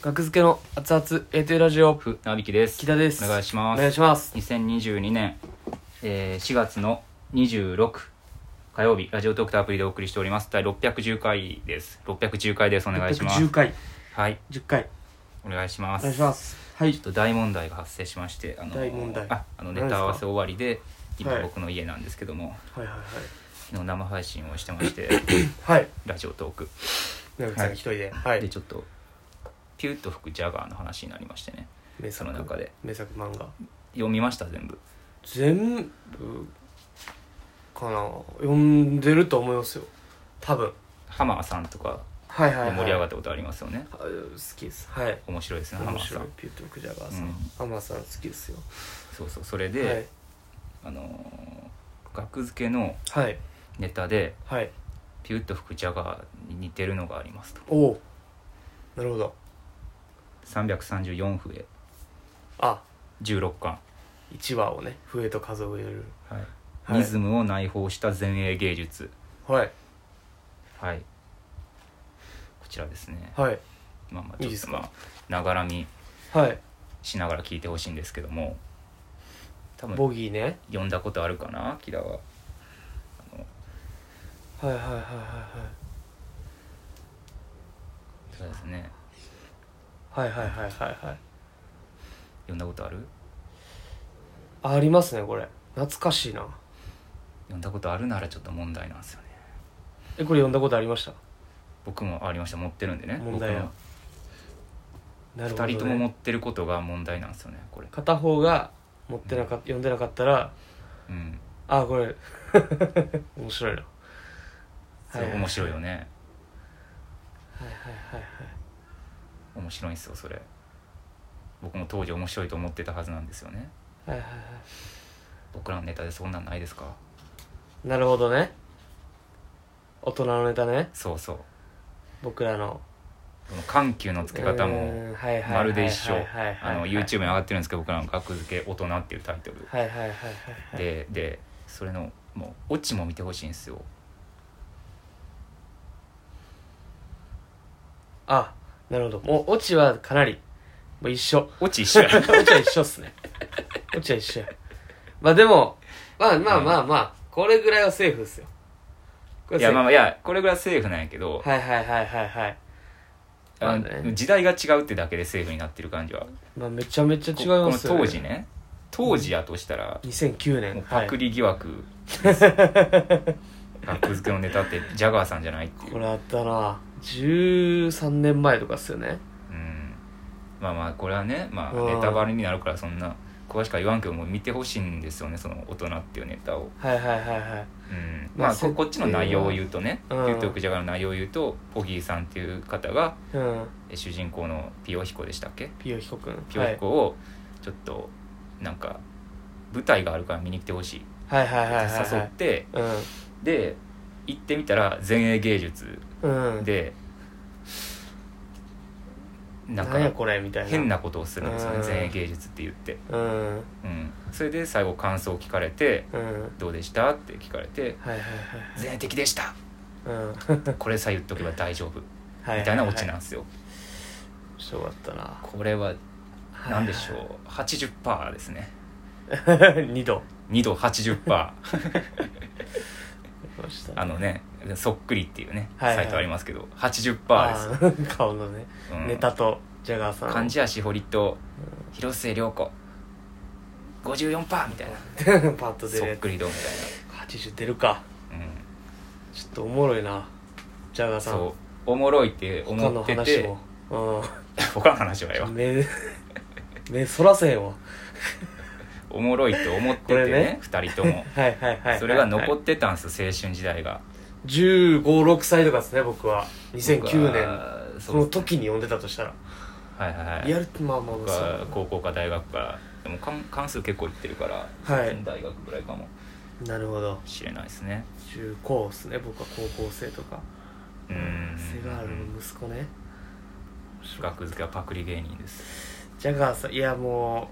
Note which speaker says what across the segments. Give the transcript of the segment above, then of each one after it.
Speaker 1: 学付けの熱々エーテルラジオ
Speaker 2: ふなびきです
Speaker 1: 北です
Speaker 2: お願いし
Speaker 1: お
Speaker 2: ます
Speaker 1: 願いします
Speaker 2: 2022年、えー4月の26火曜日ラジオトークとアプリでお送りしております第610回です610回ですお願いします
Speaker 1: 10回
Speaker 2: はい
Speaker 1: 10回
Speaker 2: お願いしま
Speaker 1: お
Speaker 2: す
Speaker 1: 願いしますはい
Speaker 2: ちょっと大問題が発生しましてあの
Speaker 1: 大問題
Speaker 2: ああのネ
Speaker 1: 何です
Speaker 2: タ
Speaker 1: か
Speaker 2: 合わせ終わりで今
Speaker 1: はい
Speaker 2: 僕の家なんですけども、
Speaker 1: はいはい
Speaker 2: 昨日生配信をしてまして
Speaker 1: はいはい
Speaker 2: ラジオトーク
Speaker 1: 宮崎さん一人では
Speaker 2: で
Speaker 1: い
Speaker 2: ちょっとピューッと吹くジャガーの話になりましてね
Speaker 1: 名
Speaker 2: そ
Speaker 1: 作
Speaker 2: の中で
Speaker 1: 名作漫画
Speaker 2: 読みました全部
Speaker 1: 全部かな読んでると思いますよ多分
Speaker 2: ハマーさんとか
Speaker 1: はいはい
Speaker 2: で
Speaker 1: はい
Speaker 2: 盛り上が
Speaker 1: っ
Speaker 2: ったことありますよね、
Speaker 1: 好きですはい
Speaker 2: 面白いですねハマ
Speaker 1: 面
Speaker 2: ーさ
Speaker 1: 白い
Speaker 2: ん
Speaker 1: ピュートクジャガーさ
Speaker 2: うん
Speaker 1: んハマさん好きですよ
Speaker 2: そうそうそれで、
Speaker 1: はい
Speaker 2: あのー学付けの
Speaker 1: はい
Speaker 2: ネタで
Speaker 1: はい
Speaker 2: ピュッと吹くジャガーに似てるのがありますと
Speaker 1: おおなるほど
Speaker 2: 334笛
Speaker 1: あ
Speaker 2: 16巻、
Speaker 1: 一話をね笛と数を入れる
Speaker 2: はい
Speaker 1: はい
Speaker 2: リズムを内包した前衛芸術
Speaker 1: はい
Speaker 2: はいこちらですね、
Speaker 1: はい
Speaker 2: まあまあ
Speaker 1: い
Speaker 2: ち
Speaker 1: い
Speaker 2: ょ
Speaker 1: で
Speaker 2: っ
Speaker 1: す
Speaker 2: と
Speaker 1: か
Speaker 2: まあながらみ
Speaker 1: はい
Speaker 2: しながら聞いてほしいんですけども多分
Speaker 1: ボギーね
Speaker 2: 読んだことあるかなキラはあの
Speaker 1: はいはいはいはい
Speaker 2: そうですね
Speaker 1: はいはいはいはいはいはい
Speaker 2: 読んだことある
Speaker 1: ありますねこれ懐かしいな
Speaker 2: 読んだことあるならちょっと問題なんですよね
Speaker 1: えこれ読んだことありました
Speaker 2: 僕もありました持ってるんでね
Speaker 1: 問題はなる
Speaker 2: 僕
Speaker 1: ほど、
Speaker 2: も
Speaker 1: ね、
Speaker 2: 2人とも持ってることが問題なんですよねこれ
Speaker 1: 片方が持ってなかっ読んでなかったら
Speaker 2: うん
Speaker 1: あこれ 面白いな
Speaker 2: それ面白いよね
Speaker 1: はいはいはいはい
Speaker 2: 面白いんですよそれ僕も当時面白いと思ってたはずなんですよね
Speaker 1: はいはいは
Speaker 2: 僕らのネタでそんなんないですか
Speaker 1: いなるほどね大人のネタね
Speaker 2: そうそう
Speaker 1: 僕らの
Speaker 2: この緩急のつけ方
Speaker 1: う
Speaker 2: も
Speaker 1: ーんはいはいはいはいはい
Speaker 2: まるで一緒
Speaker 1: はい
Speaker 2: あ
Speaker 1: はいは
Speaker 2: の
Speaker 1: い
Speaker 2: YouTube に上がってるんですけど僕らの「学付け大人」っていうタイトル
Speaker 1: はいはいはいはいはい
Speaker 2: ででそれのもうオチも見てほしいんですよ
Speaker 1: あなるほどもうオチはかなりもう一緒
Speaker 2: オチ一緒や
Speaker 1: オチは一緒っすねオチは一緒やまあでもまあまあまあまあ、これぐらいはセーフっすよこ
Speaker 2: い
Speaker 1: れ
Speaker 2: や
Speaker 1: はセーフ
Speaker 2: まあまあいやこれぐらいセーフなんやけど、
Speaker 1: はいはいはいはいはい
Speaker 2: あ
Speaker 1: まあね
Speaker 2: の時代が違うってだけでセーフになってる感じは
Speaker 1: まあめちゃめちゃ違いますよ、
Speaker 2: こ
Speaker 1: ね、
Speaker 2: この当時ね当時やとしたら、
Speaker 1: 2009年
Speaker 2: もうパク
Speaker 1: リ、
Speaker 2: リ疑惑ですよ格付けのネタってジャガーさんじゃないって
Speaker 1: はい い、こ
Speaker 2: う、
Speaker 1: れあったな13年前とかっすよね
Speaker 2: うん、まあまあこれはね、まあ、
Speaker 1: うん
Speaker 2: ネタバレになるからそんな詳しくは言わんけどもう見てほしいんですよねその大人っていうネタを、
Speaker 1: はいはいはいはい
Speaker 2: うん、
Speaker 1: まあ
Speaker 2: まあこ
Speaker 1: 設定
Speaker 2: こっちの内容を言うとね「ピ
Speaker 1: うん
Speaker 2: ュートクジャガー」の内容を言うとポギーさんっていう方が
Speaker 1: うん
Speaker 2: え主人公のピヨヒコでしたっけ
Speaker 1: ピヨヒコくん
Speaker 2: ピヨヒコをちょっとなんか舞台があるから見に来てほしい
Speaker 1: はいはいはいはいはい
Speaker 2: 誘
Speaker 1: は
Speaker 2: っ
Speaker 1: い
Speaker 2: て、で行ってみたら前衛芸術
Speaker 1: うんうん
Speaker 2: で、な
Speaker 1: なんんや
Speaker 2: か
Speaker 1: これみたいな
Speaker 2: 変なことをするんですよね
Speaker 1: うん
Speaker 2: 前衛芸術って言って、
Speaker 1: うんうん
Speaker 2: うん、それで最後感想を聞かれて「どうでした?」って聞かれて
Speaker 1: はいはいはい
Speaker 2: 「前衛的でした
Speaker 1: うん
Speaker 2: これさえ言っとけば大丈夫」
Speaker 1: は
Speaker 2: みたいなオチなんですよ
Speaker 1: 面白かったな
Speaker 2: これは何でしょ
Speaker 1: う
Speaker 2: う80%ですね
Speaker 1: 2度
Speaker 2: 2度80%
Speaker 1: 出ました
Speaker 2: あのねそっくりっていうね
Speaker 1: はいはい
Speaker 2: サイトありますけど80%です
Speaker 1: あー顔のね、
Speaker 2: うん
Speaker 1: ネタとジャガーさん
Speaker 2: 貫地谷しほりと広末涼子54%みたいな
Speaker 1: パッと出
Speaker 2: そ
Speaker 1: る
Speaker 2: っ
Speaker 1: や
Speaker 2: くりどみ
Speaker 1: つ80出るか
Speaker 2: たいな、うん、
Speaker 1: ちょっとおもろいなジャガーさん
Speaker 2: そうおもろいって
Speaker 1: 他
Speaker 2: 思
Speaker 1: の
Speaker 2: って
Speaker 1: 話
Speaker 2: て
Speaker 1: もうん
Speaker 2: 他の話はよ
Speaker 1: 目目そらせへんわ
Speaker 2: おもろいって思って
Speaker 1: こ
Speaker 2: て
Speaker 1: れ
Speaker 2: ね
Speaker 1: ね
Speaker 2: 二人とも
Speaker 1: はいはいはいはい
Speaker 2: それが残ってたんす青春時代が
Speaker 1: 1 5 6歳とかですね僕は2009
Speaker 2: 僕
Speaker 1: 年
Speaker 2: は
Speaker 1: そ
Speaker 2: そう
Speaker 1: の時に読んでたとしたら
Speaker 2: はいはいはい
Speaker 1: やるまあまあま
Speaker 2: 僕
Speaker 1: あそ
Speaker 2: は高校か大学かでも関関数結構いってるから、
Speaker 1: はい
Speaker 2: 大学ぐらいかも
Speaker 1: うなるほど
Speaker 2: しれないですね
Speaker 1: 中高ですね僕は高校生とか
Speaker 2: うん
Speaker 1: セガールの息子ね
Speaker 2: 学付けはパクリ芸人です
Speaker 1: ジャガーさんいやも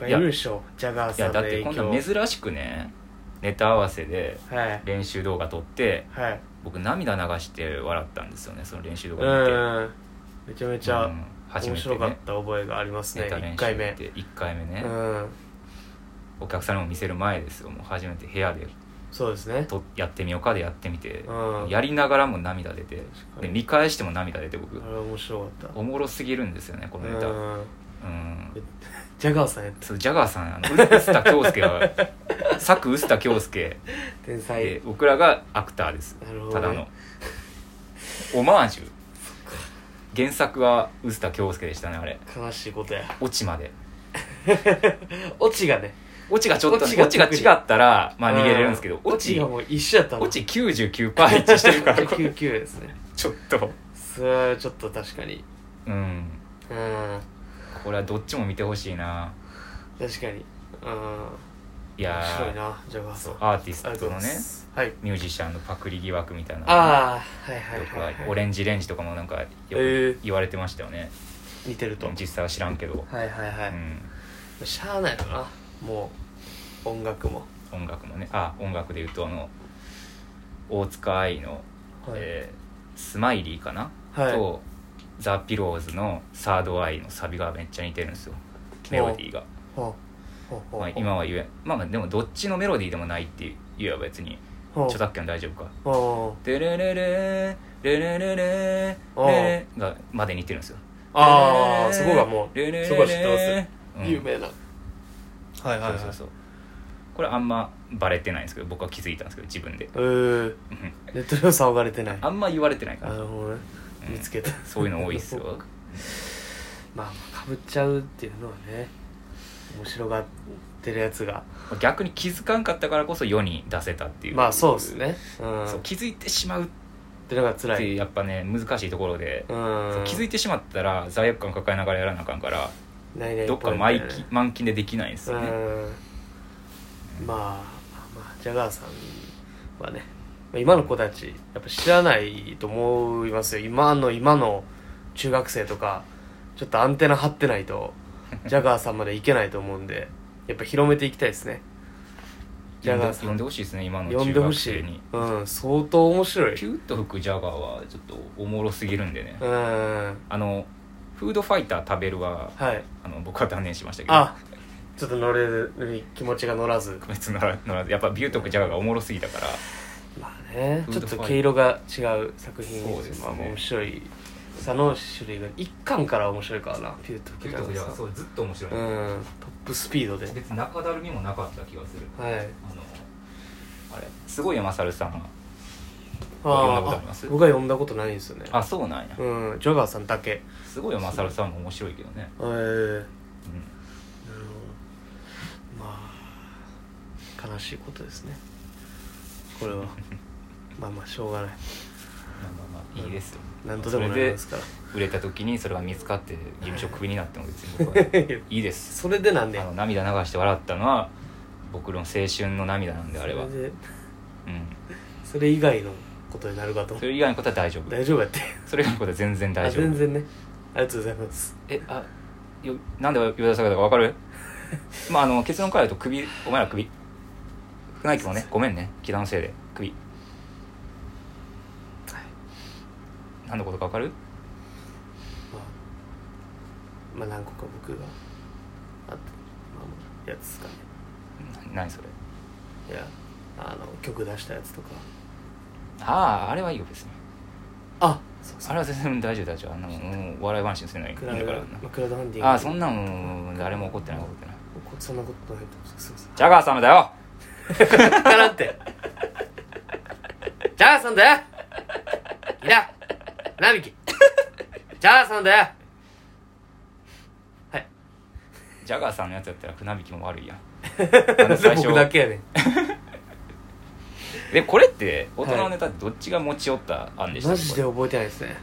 Speaker 1: ういっぱいいるでしょジャガー
Speaker 2: いや
Speaker 1: さん
Speaker 2: だ
Speaker 1: の
Speaker 2: って
Speaker 1: 影
Speaker 2: こん
Speaker 1: 響
Speaker 2: なん珍しくねネタ合わせで
Speaker 1: はい
Speaker 2: 練習動画撮って
Speaker 1: はい
Speaker 2: 僕涙流して笑ったんですよねその練習動
Speaker 1: う
Speaker 2: 画見て
Speaker 1: んめちゃめちゃ
Speaker 2: うん初め
Speaker 1: 面
Speaker 2: て
Speaker 1: 白かっ
Speaker 2: ね
Speaker 1: た覚えがありますね
Speaker 2: ネタ練
Speaker 1: 1
Speaker 2: 習
Speaker 1: 回目
Speaker 2: って1回目ね、
Speaker 1: うん
Speaker 2: お客さんにも見せる前ですよもう初めて部屋で
Speaker 1: そうですね
Speaker 2: とやってみようかでやってみて、
Speaker 1: うん
Speaker 2: やりながらも涙出て
Speaker 1: 確か
Speaker 2: で
Speaker 1: に
Speaker 2: 見返しても涙出て僕
Speaker 1: あれ面白かった
Speaker 2: おもろすぎるんですよねこのネタうん、
Speaker 1: うんジャガーさんやっ
Speaker 2: そうジャガーさんあの臼田恭 介が作臼田恭介
Speaker 1: た天才
Speaker 2: で僕らがアクターです
Speaker 1: なるほど
Speaker 2: た
Speaker 1: ね
Speaker 2: だの オマージュ原作は臼田恭介でしたねあれ
Speaker 1: 悲しいことや
Speaker 2: オチまで
Speaker 1: オチがね
Speaker 2: オチがちょっと
Speaker 1: オチ
Speaker 2: ね
Speaker 1: が
Speaker 2: オチが違ったらまあ逃げれるんですけ
Speaker 1: う
Speaker 2: どオチ
Speaker 1: がもう一緒やったの
Speaker 2: オチ99%一致して るからこれ
Speaker 1: 99ですね
Speaker 2: ちょっと
Speaker 1: それはちょっと確かに
Speaker 2: うん
Speaker 1: うん
Speaker 2: これはどっちも見てほしいな
Speaker 1: 確かにうん
Speaker 2: いや
Speaker 1: 面白い
Speaker 2: ー
Speaker 1: なジャガーさん
Speaker 2: アーティス
Speaker 1: ありがと
Speaker 2: ト
Speaker 1: うご
Speaker 2: の
Speaker 1: ざい
Speaker 2: ね
Speaker 1: ますはい
Speaker 2: ミュージシャンのパクリ疑惑みたいなのが
Speaker 1: ああはいはい
Speaker 2: よく
Speaker 1: は
Speaker 2: あ
Speaker 1: い
Speaker 2: る
Speaker 1: はい
Speaker 2: オレンジレンジとかもなんかよ
Speaker 1: えー
Speaker 2: く言われてましたよね、
Speaker 1: 似てると
Speaker 2: 実際は知らんけど、
Speaker 1: はいはいは
Speaker 2: う
Speaker 1: い
Speaker 2: ん、
Speaker 1: しゃあないのかなもう音楽も
Speaker 2: 音楽もねあ音楽でいうとあの大塚愛の、
Speaker 1: はい
Speaker 2: えースマイリー」かな、
Speaker 1: はい
Speaker 2: と「ザ・ピローズの「サードアイのサビがめっちゃ似てるんですよメロディーが、
Speaker 1: ほうほうほう
Speaker 2: まあ、今は言えまあまあでもどっちのメロディーでもないって言えば別に
Speaker 1: ほう
Speaker 2: 著作権大丈夫か
Speaker 1: ほ
Speaker 2: 「テレレレレレレレ
Speaker 1: おう
Speaker 2: レ」がまで似てるんですよ
Speaker 1: うああそこがもう
Speaker 2: レレレレ
Speaker 1: そこは知ってます
Speaker 2: うん
Speaker 1: 有名なはい
Speaker 2: そうそうそうこれあんまバレてないんですけど僕は気づいたんですけど自分で
Speaker 1: えー
Speaker 2: うん
Speaker 1: ネットでは騒がれてない
Speaker 2: あんま言われてないか
Speaker 1: な
Speaker 2: ら
Speaker 1: るほどね
Speaker 2: うん
Speaker 1: 見つけた
Speaker 2: そういうの多いっすよ
Speaker 1: まあまあかぶっちゃうっていうのはね面白がってるやつが
Speaker 2: 逆に気づかんかったからこそ世に出せたっていう
Speaker 1: まあそうですねうん
Speaker 2: そう
Speaker 1: っ
Speaker 2: 気づいてしまうって
Speaker 1: のが辛い
Speaker 2: やっぱね難しいところで
Speaker 1: う
Speaker 2: そ
Speaker 1: ん
Speaker 2: う気づいてしまったら罪悪感抱えながらやらなあかんから
Speaker 1: ないない
Speaker 2: どっか
Speaker 1: ポイン
Speaker 2: 満
Speaker 1: トだよ
Speaker 2: 期
Speaker 1: ね
Speaker 2: 満期でできないんですよね
Speaker 1: うんまあまあジャガーさんはねまあ今の子たちやっぱ知らないと思いますよ今の今の中学生とかちょっとアンテナ張ってない とジャガーさんまでいけないと思うんでやっぱ広めていきたいですねジ
Speaker 2: 呼
Speaker 1: ャ
Speaker 2: ん
Speaker 1: ガー
Speaker 2: で
Speaker 1: さん
Speaker 2: 呼んでほしいですね今の
Speaker 1: 呼ん
Speaker 2: 中
Speaker 1: でほ
Speaker 2: 学
Speaker 1: し
Speaker 2: 生
Speaker 1: い
Speaker 2: に
Speaker 1: うん相当面白い
Speaker 2: ピュッと吹くジャガーはちょっとおもろすぎるんでね
Speaker 1: うんは
Speaker 2: あのフードファイター食べるはいあの僕は断念しましたけど
Speaker 1: あちょっと乗れるに気持ちが乗らず
Speaker 2: 別ならならやっぱビューとかジャガーがおもろすぎたから
Speaker 1: まあね
Speaker 2: フ
Speaker 1: ち
Speaker 2: ー
Speaker 1: ょ
Speaker 2: ド
Speaker 1: っ
Speaker 2: ファイ
Speaker 1: と毛色が違う作品
Speaker 2: そうですね
Speaker 1: まあ面白いさの種類が一巻から面白いからなピュート・キャラさんう
Speaker 2: うずっと面白
Speaker 1: んトップスピードで
Speaker 2: 別に中だるみもなかった気がする
Speaker 1: はい
Speaker 2: あのあれすごい山猿さんが読んだことあります
Speaker 1: 僕は読んだことないんですよね
Speaker 2: あそうなんや
Speaker 1: うんジョガーさんだけへ
Speaker 2: すごい山猿さんも面白いけどね、
Speaker 1: えなる
Speaker 2: うん
Speaker 1: ほどまあ悲しいことですねこ れはまあまあしょうがない
Speaker 2: まあまあまあいいですよ
Speaker 1: 何とでもなりますから
Speaker 2: 売れた時にそれが見つかって事務所クビになっても別に僕 はいいで す
Speaker 1: それでなんで
Speaker 2: あの涙流して笑ったのは僕の青春の涙なんであれは
Speaker 1: それで
Speaker 2: うん
Speaker 1: それ以外のことになるかと思
Speaker 2: そうれ以外のことは大丈夫
Speaker 1: 大丈夫やって
Speaker 2: それ以外のことは全然大丈夫
Speaker 1: あ全然ねありがとうございます
Speaker 2: えあよなんで呼び出されたか分か るまああの結論から言うと首お前ら首船木もねごめんね木田のせいで首何のことか分かる
Speaker 1: まあ、まあ何個か僕があったまあまあやつですかね
Speaker 2: な何それ
Speaker 1: いやあの曲出したやつとか
Speaker 2: あああれはいいよ別に
Speaker 1: あそうそ
Speaker 2: あれは全然大丈夫大丈夫あんなもんうん笑い話にするのに
Speaker 1: うク
Speaker 2: だか
Speaker 1: ラウド、
Speaker 2: ら
Speaker 1: まあ、クラウドファンディング
Speaker 2: ああそんなもん誰も怒ってない怒ってない
Speaker 1: こそんなことないと思うんですすいま
Speaker 2: ジャガー様だよ
Speaker 1: せん だからんってジャガーさんだよいやナミキジャガーさんだよはい
Speaker 2: ジャガーさんのやつやったら船引きも悪いやんあの最 初
Speaker 1: 僕だけやねん
Speaker 2: でこれって大人のネタってどっちが持ち寄った案でした
Speaker 1: マ
Speaker 2: っけ
Speaker 1: ジ
Speaker 2: こ
Speaker 1: で
Speaker 2: れ
Speaker 1: 覚えてないですね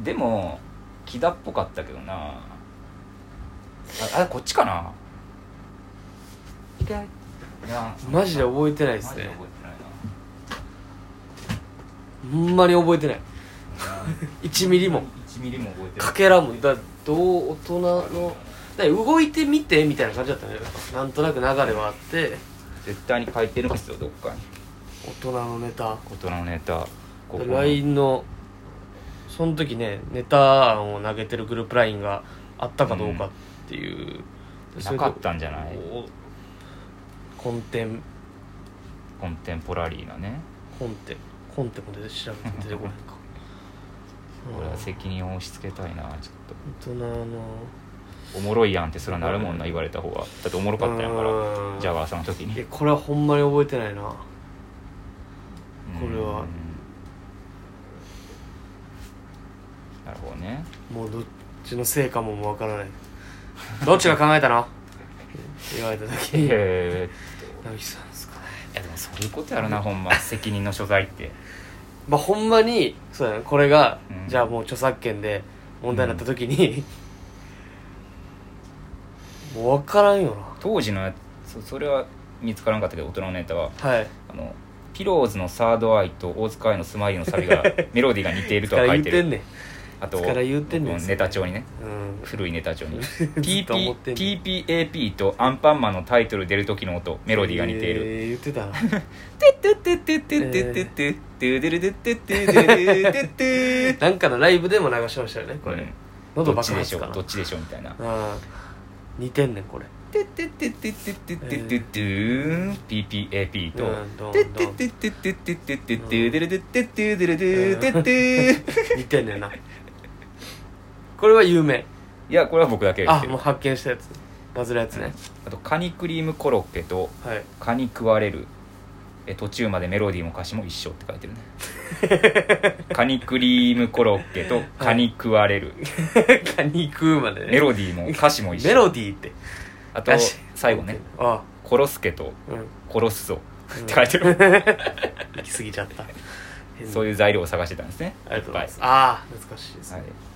Speaker 2: でも木田っぽかったけどなああれこっちかな痛いや
Speaker 1: マジで覚えてない
Speaker 2: マ
Speaker 1: で
Speaker 2: ジ
Speaker 1: す
Speaker 2: で
Speaker 1: ね
Speaker 2: 覚えてないな
Speaker 1: ほんまに覚えてない1ミリも
Speaker 2: 1ミリも覚えてない
Speaker 1: かけらもだどう大人のだ動いてみてみたいな感じだったねなんとなく流れはあって
Speaker 2: 絶対に書いてるんですよどっかに
Speaker 1: 大人のネタ
Speaker 2: 大人のネタここの
Speaker 1: LINE のその時ねネタ案を投げてるグループラインがあったかどうかっていう、それ
Speaker 2: な
Speaker 1: と
Speaker 2: かったんじゃない
Speaker 1: おコンテン
Speaker 2: コンテンポラリーなね
Speaker 1: コンテコンテも出て調べて出てこないか
Speaker 2: これは責任を押し付けたいなちょっと
Speaker 1: 大人の
Speaker 2: おもろいやんってそれはなるもんな言われた方がだっておもろかったんやから
Speaker 1: うん
Speaker 2: ジャガーさんの時に
Speaker 1: いやこれはほんまに覚えてないなこれは
Speaker 2: うんなるほどね
Speaker 1: もうどっちのせいかももうわからないどっちが考えた の言われた時
Speaker 2: い
Speaker 1: に
Speaker 2: やいやいやい
Speaker 1: 直樹さんですかね
Speaker 2: やでもそういうことやろなほんま責任の所在って
Speaker 1: まあほんまにそうやなこれが、
Speaker 2: うん
Speaker 1: じゃあもう著作権で問題になった時に、 もう分からんよな
Speaker 2: 当時のやつそそれは見つからなかったけど大人のネタは
Speaker 1: はい
Speaker 2: あのピローズのサードアイと大塚愛のスマイルのサビがメロディーが似ているとは書
Speaker 1: から言
Speaker 2: いて
Speaker 1: う
Speaker 2: る
Speaker 1: てんねん
Speaker 2: あと
Speaker 1: いつから言うてんねん
Speaker 2: 僕のネタ帳にね
Speaker 1: うん
Speaker 2: 古いネタ帳に
Speaker 1: っと思ってんね
Speaker 2: PP PPAP とアンパンマンのタイトル出る時の音メロディーが似ている
Speaker 1: えー言ってたな
Speaker 2: 「てってってってってってってってってでるでってってでるでってって
Speaker 1: なんかのライブでも流しましたよねこれ、
Speaker 2: うん
Speaker 1: 喉
Speaker 2: どっ
Speaker 1: 爆
Speaker 2: ちでし
Speaker 1: 発
Speaker 2: ょ
Speaker 1: か
Speaker 2: う
Speaker 1: な
Speaker 2: どっちでしょうみたいな
Speaker 1: うん似てんねんこれ
Speaker 2: 「てってってってってってってってってーん PPAP と
Speaker 1: うんど
Speaker 2: 「
Speaker 1: ん
Speaker 2: て
Speaker 1: ど
Speaker 2: っ
Speaker 1: ん
Speaker 2: てってってってってってってってでるでってってでるでってってー」
Speaker 1: 似てんねんなこれは有名
Speaker 2: いやこれは僕だけが言っ
Speaker 1: あ
Speaker 2: てる
Speaker 1: もう発見したやつバズるやつね、
Speaker 2: あとカニクリームコロッケと
Speaker 1: はい
Speaker 2: 蚊に食われるえ途中までメロディーも歌詞も一緒って書いてるねカニクリームコロッケと蚊に食われる、
Speaker 1: カニ食うまでね
Speaker 2: メロディーも歌詞も一 緒
Speaker 1: メロディーって
Speaker 2: あと
Speaker 1: 歌詞
Speaker 2: 最後ね
Speaker 1: あ
Speaker 2: 「殺すけと
Speaker 1: あうん
Speaker 2: 殺すぞ」
Speaker 1: うん
Speaker 2: って書いてる、
Speaker 1: 行き過ぎちゃった
Speaker 2: そう
Speaker 1: いう
Speaker 2: いう材料を探してたんですね
Speaker 1: ありがとうございますすああ懐かしいです
Speaker 2: は
Speaker 1: ね
Speaker 2: い、